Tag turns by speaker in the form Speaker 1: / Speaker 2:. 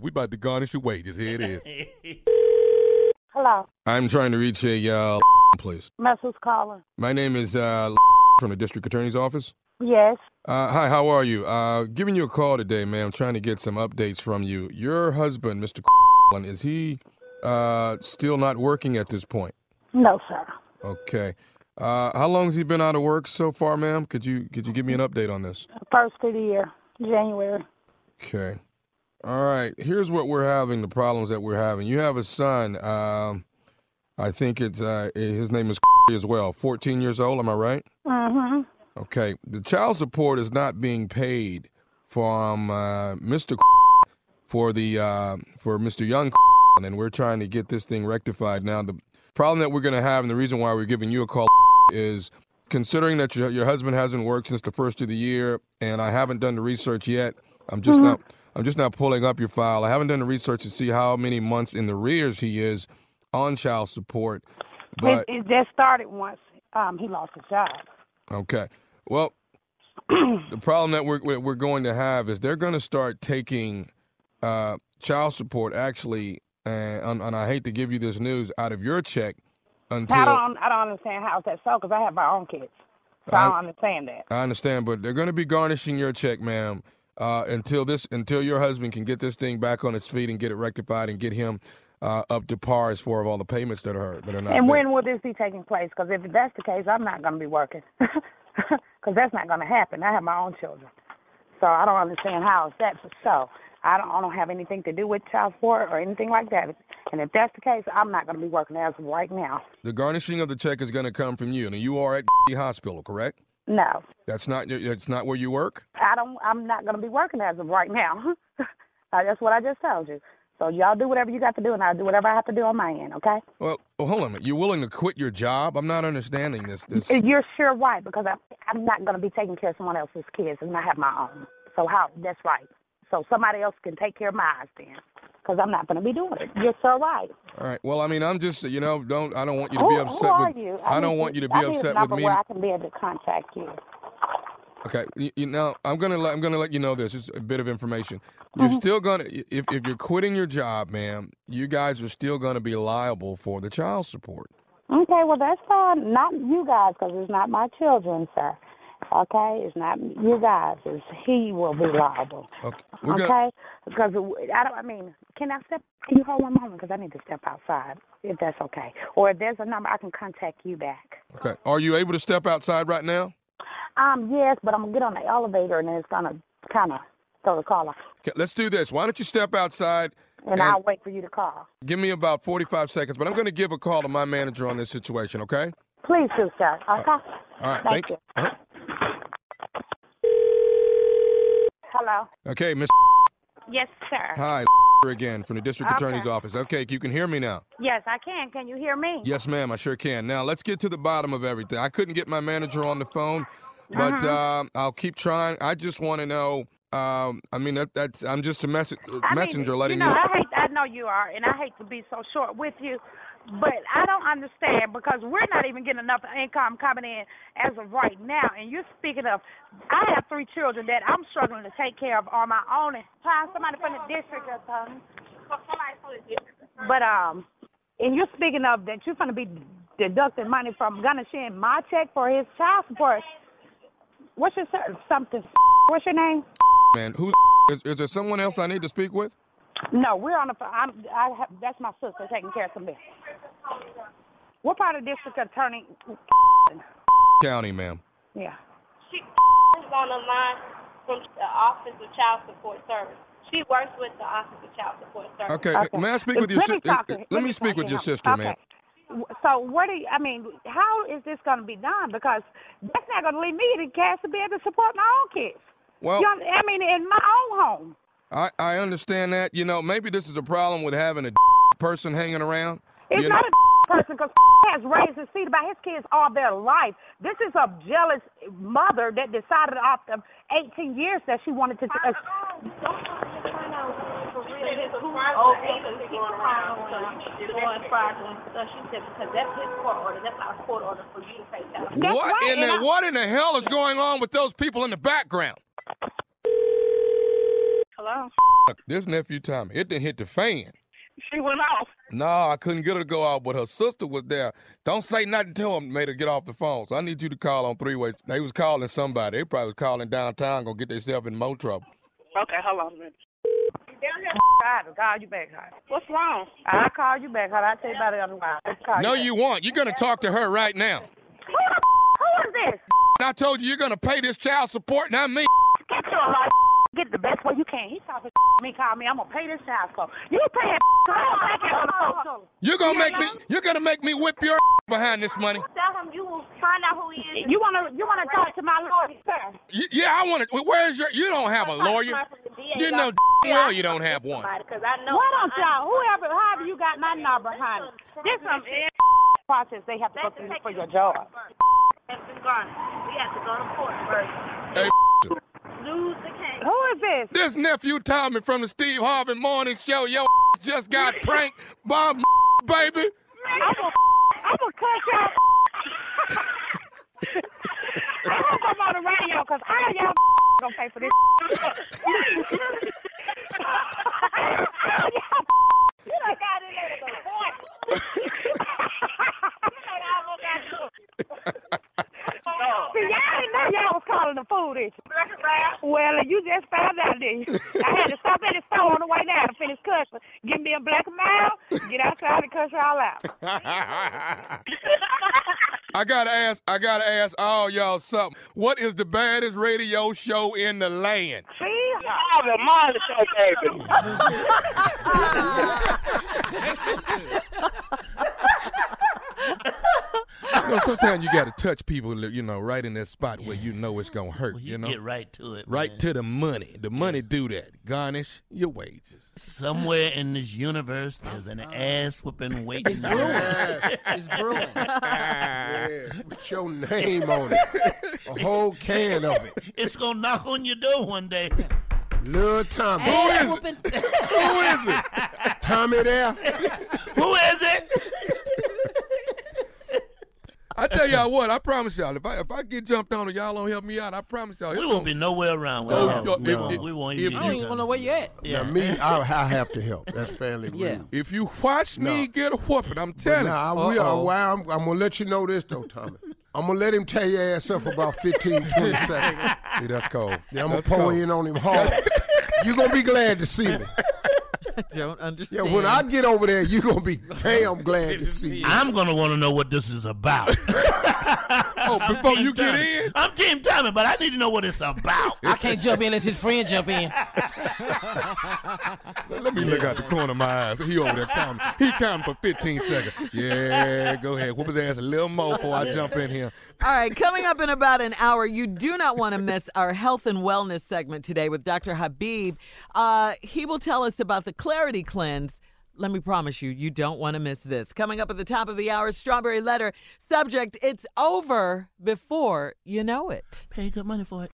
Speaker 1: We about to garnish your wages. Here it is.
Speaker 2: Hello.
Speaker 3: I'm trying to reach a uh, place.
Speaker 2: Miss who's calling?
Speaker 3: My name is uh, from the district attorney's office.
Speaker 2: Yes.
Speaker 3: Uh, hi, how are you? Uh, giving you a call today, ma'am. Trying to get some updates from you. Your husband, Mr. is he uh, still not working at this point?
Speaker 2: No, sir.
Speaker 3: Okay. Uh, how long has he been out of work so far, ma'am? Could you could you give me an update on this?
Speaker 2: First of the year, January.
Speaker 3: Okay. All right. Here's what we're having the problems that we're having. You have a son. Um, I think it's uh, his name is as well. 14 years old. Am I right?
Speaker 2: Mm-hmm.
Speaker 3: Okay. The child support is not being paid from uh, Mr. for the uh, for Mr. Young, and we're trying to get this thing rectified. Now the problem that we're going to have, and the reason why we're giving you a call is considering that your your husband hasn't worked since the first of the year, and I haven't done the research yet. I'm just not. I'm just not pulling up your file. I haven't done the research to see how many months in the rears he is on child support. But
Speaker 2: It, it just started once um, he lost his job.
Speaker 3: Okay. Well, the problem that we're we're we're going to have is they're going to start taking uh, child support actually, uh, and, and I hate to give you this news out of your check until
Speaker 2: I don't. I don't understand how that's so because I have my own kids, so I, don't understand that.
Speaker 3: I understand, but they're going to be garnishing your check, ma'am, uh, until this until your husband can get this thing back on its feet and get it rectified and get him uh, up to par as far of all the payments that are that are not.
Speaker 2: And
Speaker 3: there.
Speaker 2: when will this be taking place? Because if that's the case, I'm not going to be working. Because that's not going to happen. I have my own children, so I don't understand how is that so. I don't, I don't have anything to do with child support or anything like that. And if that's the case, I'm not going to be working as of right now.
Speaker 3: the garnishing of the check is going to come from you, and you are at hospital, correct?
Speaker 2: No,
Speaker 3: That's not that's not where you work.
Speaker 2: I don't. I'm not going to be working as of right now. uh, that's what I just told you. So y'all do whatever you got to do, and I'll do whatever I have to do on my end. Okay?
Speaker 3: Well, well, hold on a minute. You're willing to quit your job? I'm not understanding this. This
Speaker 2: And You're sure why? Because I'm, I'm not going to be taking care of someone else's kids, and I have my own. So how? That's right. So somebody else can take care of mine then, because I'm not going to be doing it. You're sure right.
Speaker 3: All right. Well, I mean, I'm just you know, don't I don't want you to
Speaker 2: who,
Speaker 3: be
Speaker 2: who
Speaker 3: upset
Speaker 2: are
Speaker 3: with
Speaker 2: you?
Speaker 3: I,
Speaker 2: need
Speaker 3: don't want you to be
Speaker 2: I need a
Speaker 3: upset
Speaker 2: number
Speaker 3: with me.
Speaker 2: Where I can be able to contact you.
Speaker 3: Okay. You, you know, I'm going to let I'm going to let you know this. It's a bit of information. You're
Speaker 2: Mm-hmm.
Speaker 3: still going to if if you're quitting your job, ma'am, you guys are still going to be liable for the child support.
Speaker 2: Okay, well that's fine. Not you guys, because it's not my children, sir. Okay, it's not you guys. It's he will be liable.
Speaker 3: Okay. We're gonna-
Speaker 2: Okay, because I don't. I mean, can I step? Can you hold one moment? Because I need to step outside, if that's okay. Or if there's a number, I can contact you back.
Speaker 3: okay. Are you able to step outside right now?
Speaker 2: Um, yes, but I'm gonna get on the elevator, and then it's gonna kind of throw the call off,
Speaker 3: Okay. Let's do this. Why don't you step outside?
Speaker 2: and I'll wait for you to call.
Speaker 3: Give me about 45 seconds, but I'm going to give a call to my manager on this situation, okay?
Speaker 2: Please do, sir. Okay.
Speaker 3: All right.
Speaker 2: Thank you.
Speaker 3: Uh-huh.
Speaker 2: Hello.
Speaker 3: Okay, Miss
Speaker 2: Yes, sir.
Speaker 3: Hi again from the district attorney's office. Okay, you can hear me now.
Speaker 2: Yes, I can. Can you hear me?
Speaker 3: Yes, ma'am, I sure can. Now let's get to the bottom of everything. I couldn't get my manager on the phone, but um,
Speaker 2: Mm-hmm.
Speaker 3: I'll keep trying. I just want to know. Um, I mean, that, that's I'm just a message
Speaker 2: I mean,
Speaker 3: messenger letting
Speaker 2: you know. I hate. I know you are, and I hate to be so short with you, but I don't understand because we're not even getting enough income coming in as of right now. And you're speaking of, I have three children that I'm struggling to take care of on my own. And find somebody from the district or something. But um, and you're speaking of that you're going to be deducting money from gonna send my check for his child support. What's your ser- something? What's your name?
Speaker 3: man. Who's is, is there someone else I need to speak with?
Speaker 2: No, we're on the. ph- I'm. I have, that's my sister taking care of some business. What part of district attorney?
Speaker 3: County, ma'am.
Speaker 2: Yeah.
Speaker 4: She is on the line from the Office of Child Support Service. She works with the Office of Child Support Service.
Speaker 3: Okay, may I speak with your
Speaker 2: Let
Speaker 3: sister?
Speaker 2: me talk to-
Speaker 3: Let me
Speaker 2: talk
Speaker 3: speak
Speaker 2: to
Speaker 3: with your
Speaker 2: him.
Speaker 3: sister,
Speaker 2: okay.
Speaker 3: ma'am.
Speaker 2: W- So what do you, I mean? How is this going to be done? Because that's not going to leave me to cash to be able to support my own kids.
Speaker 3: Well-
Speaker 2: You know, I mean, in my own home.
Speaker 3: I, I understand that. You know, maybe this is a problem with having a person hanging around.
Speaker 2: It's
Speaker 3: you know?
Speaker 2: not a person because has raised his feet about his kids all their life. This is a jealous mother that decided after 18 years that she wanted to. Uh, That's
Speaker 3: what
Speaker 2: right,
Speaker 3: in
Speaker 2: and
Speaker 3: the
Speaker 2: I-
Speaker 3: what in the hell is going on with those people in the background?
Speaker 4: Hello?
Speaker 5: Hello.
Speaker 3: This nephew Tommy, it didn't hit the fan.
Speaker 5: She went off.
Speaker 3: No, I couldn't get her to go out, but her sister was there. Don't say nothing to him. Made her get off the phone. So I need you to call on three ways. They was calling somebody. They probably was calling downtown, gonna get themselves in more trouble.
Speaker 5: Okay, hold on a minute.
Speaker 2: I will call you back, honey.
Speaker 5: What's wrong?
Speaker 2: I'll call you back, honey. I'll tell you about it otherwise. I'll call
Speaker 3: No,
Speaker 2: you.
Speaker 3: you won't. You're gonna talk to her right now.
Speaker 2: back. Who the who is this?
Speaker 3: I told you you're gonna pay this child support, not me.
Speaker 2: Get your life. Get the best way you can. He talking to me, call me. I'm gonna pay this child for. You paying so I don't make it so.
Speaker 3: You're gonna make me. You're gonna make me whip your behind this money.
Speaker 4: Tell him you will find out who he is.
Speaker 2: You wanna you wanna talk to my lawyer, sir?
Speaker 3: Y- yeah, I want to. Where's your? You don't have a lawyer. You know d- well you don't have one.
Speaker 4: Because I know.
Speaker 2: Why don't y'all? Whoever, however you got my number, honey. This some process they have to go
Speaker 4: Let's
Speaker 2: through
Speaker 4: take
Speaker 2: for
Speaker 4: it
Speaker 2: your
Speaker 4: to
Speaker 2: job.
Speaker 4: court first. It's been gone. We have to go to court first.
Speaker 3: Hey,
Speaker 4: Lose the case.
Speaker 2: Who is this?
Speaker 3: this nephew Tommy from the Steve Harvey Morning Show. Yo, just got pranked by baby.
Speaker 2: I'm gonna, I'm gonna cut y'all. I'm gonna come on the radio because all y'all gonna pay for this. All y'all
Speaker 4: You done got in there to go to court. You done almost got you.
Speaker 2: See, y'all didn't know y'all was calling the food issue. Well, you just found out, didn't you? I had to stop at the store on the way down to finish cussing. Give me a black mile, get outside and cuss y'all out.
Speaker 3: I gotta ask. I gotta ask all y'all something. What is the baddest radio show in the land?
Speaker 2: See?
Speaker 5: I have a mind show, baby.
Speaker 1: You know, sometimes you got to touch people, you know, right in that spot where you know it's gonna hurt.
Speaker 6: Well, you,
Speaker 1: you know,
Speaker 6: get right to it.
Speaker 1: right
Speaker 6: man.
Speaker 1: to the money. The money do that. Garnish your wages.
Speaker 6: Somewhere in this universe, there's an ass whooping waiting. on us.
Speaker 7: Yeah,
Speaker 8: It's brewing.
Speaker 7: yeah, with your name on it, a whole can of it.
Speaker 6: it's gonna knock on your door one day.
Speaker 7: Lil Tommy,
Speaker 8: Ass
Speaker 1: is it?
Speaker 8: whooping.
Speaker 1: Who is it?
Speaker 7: Tommy there.
Speaker 6: Who is it?
Speaker 1: I tell y'all what. I promise y'all. If I if I get jumped on and y'all don't help me out, I promise y'all.
Speaker 6: We
Speaker 1: it's
Speaker 6: won't
Speaker 1: gonna-
Speaker 6: be nowhere around.
Speaker 1: Oh,
Speaker 6: without
Speaker 1: no,
Speaker 6: it. we,
Speaker 1: if-
Speaker 6: won't,
Speaker 1: if-
Speaker 6: we won't
Speaker 1: if
Speaker 6: even.
Speaker 8: I don't even want to know where you at.
Speaker 6: Yeah.
Speaker 7: Now me, I, I have to help. That's fairly rude.
Speaker 8: Yeah.
Speaker 1: If you watch me get a whooping, I'm telling.
Speaker 7: Now I
Speaker 1: you.
Speaker 7: will. Well, I'm, I'm gonna let you know this though, Tommy. I'm gonna let him tear your ass up about 15, 20 seconds.
Speaker 1: See, that's cold.
Speaker 7: Then I'm gonna
Speaker 1: That's
Speaker 7: pour
Speaker 1: cold.
Speaker 7: in on him hard. you gonna be glad to see me.
Speaker 8: I don't
Speaker 7: Yeah,
Speaker 8: understand.
Speaker 7: when I get over there, you gonna be damn glad to see me.
Speaker 6: I'm gonna want to know what this is about.
Speaker 1: Oh, before you get in,
Speaker 6: I'm Team Tommy, but I need to know what it's about.
Speaker 8: I can't jump in unless his friend jump in.
Speaker 1: let me look out the corner of my eyes. He over there counting. He counting for 15 seconds. Yeah, go ahead. Whoop his ass a little more before I jump in here.
Speaker 9: All right, coming up in about an hour, you do not want to miss our health and wellness segment today with Dr. Habib. Uh, he will tell us about the Clarity Cleanse. Let me promise you, you don't want to miss this. Coming up at the top of the hour, Strawberry Letter. Subject, it's over before you know it.
Speaker 6: Pay good money for it.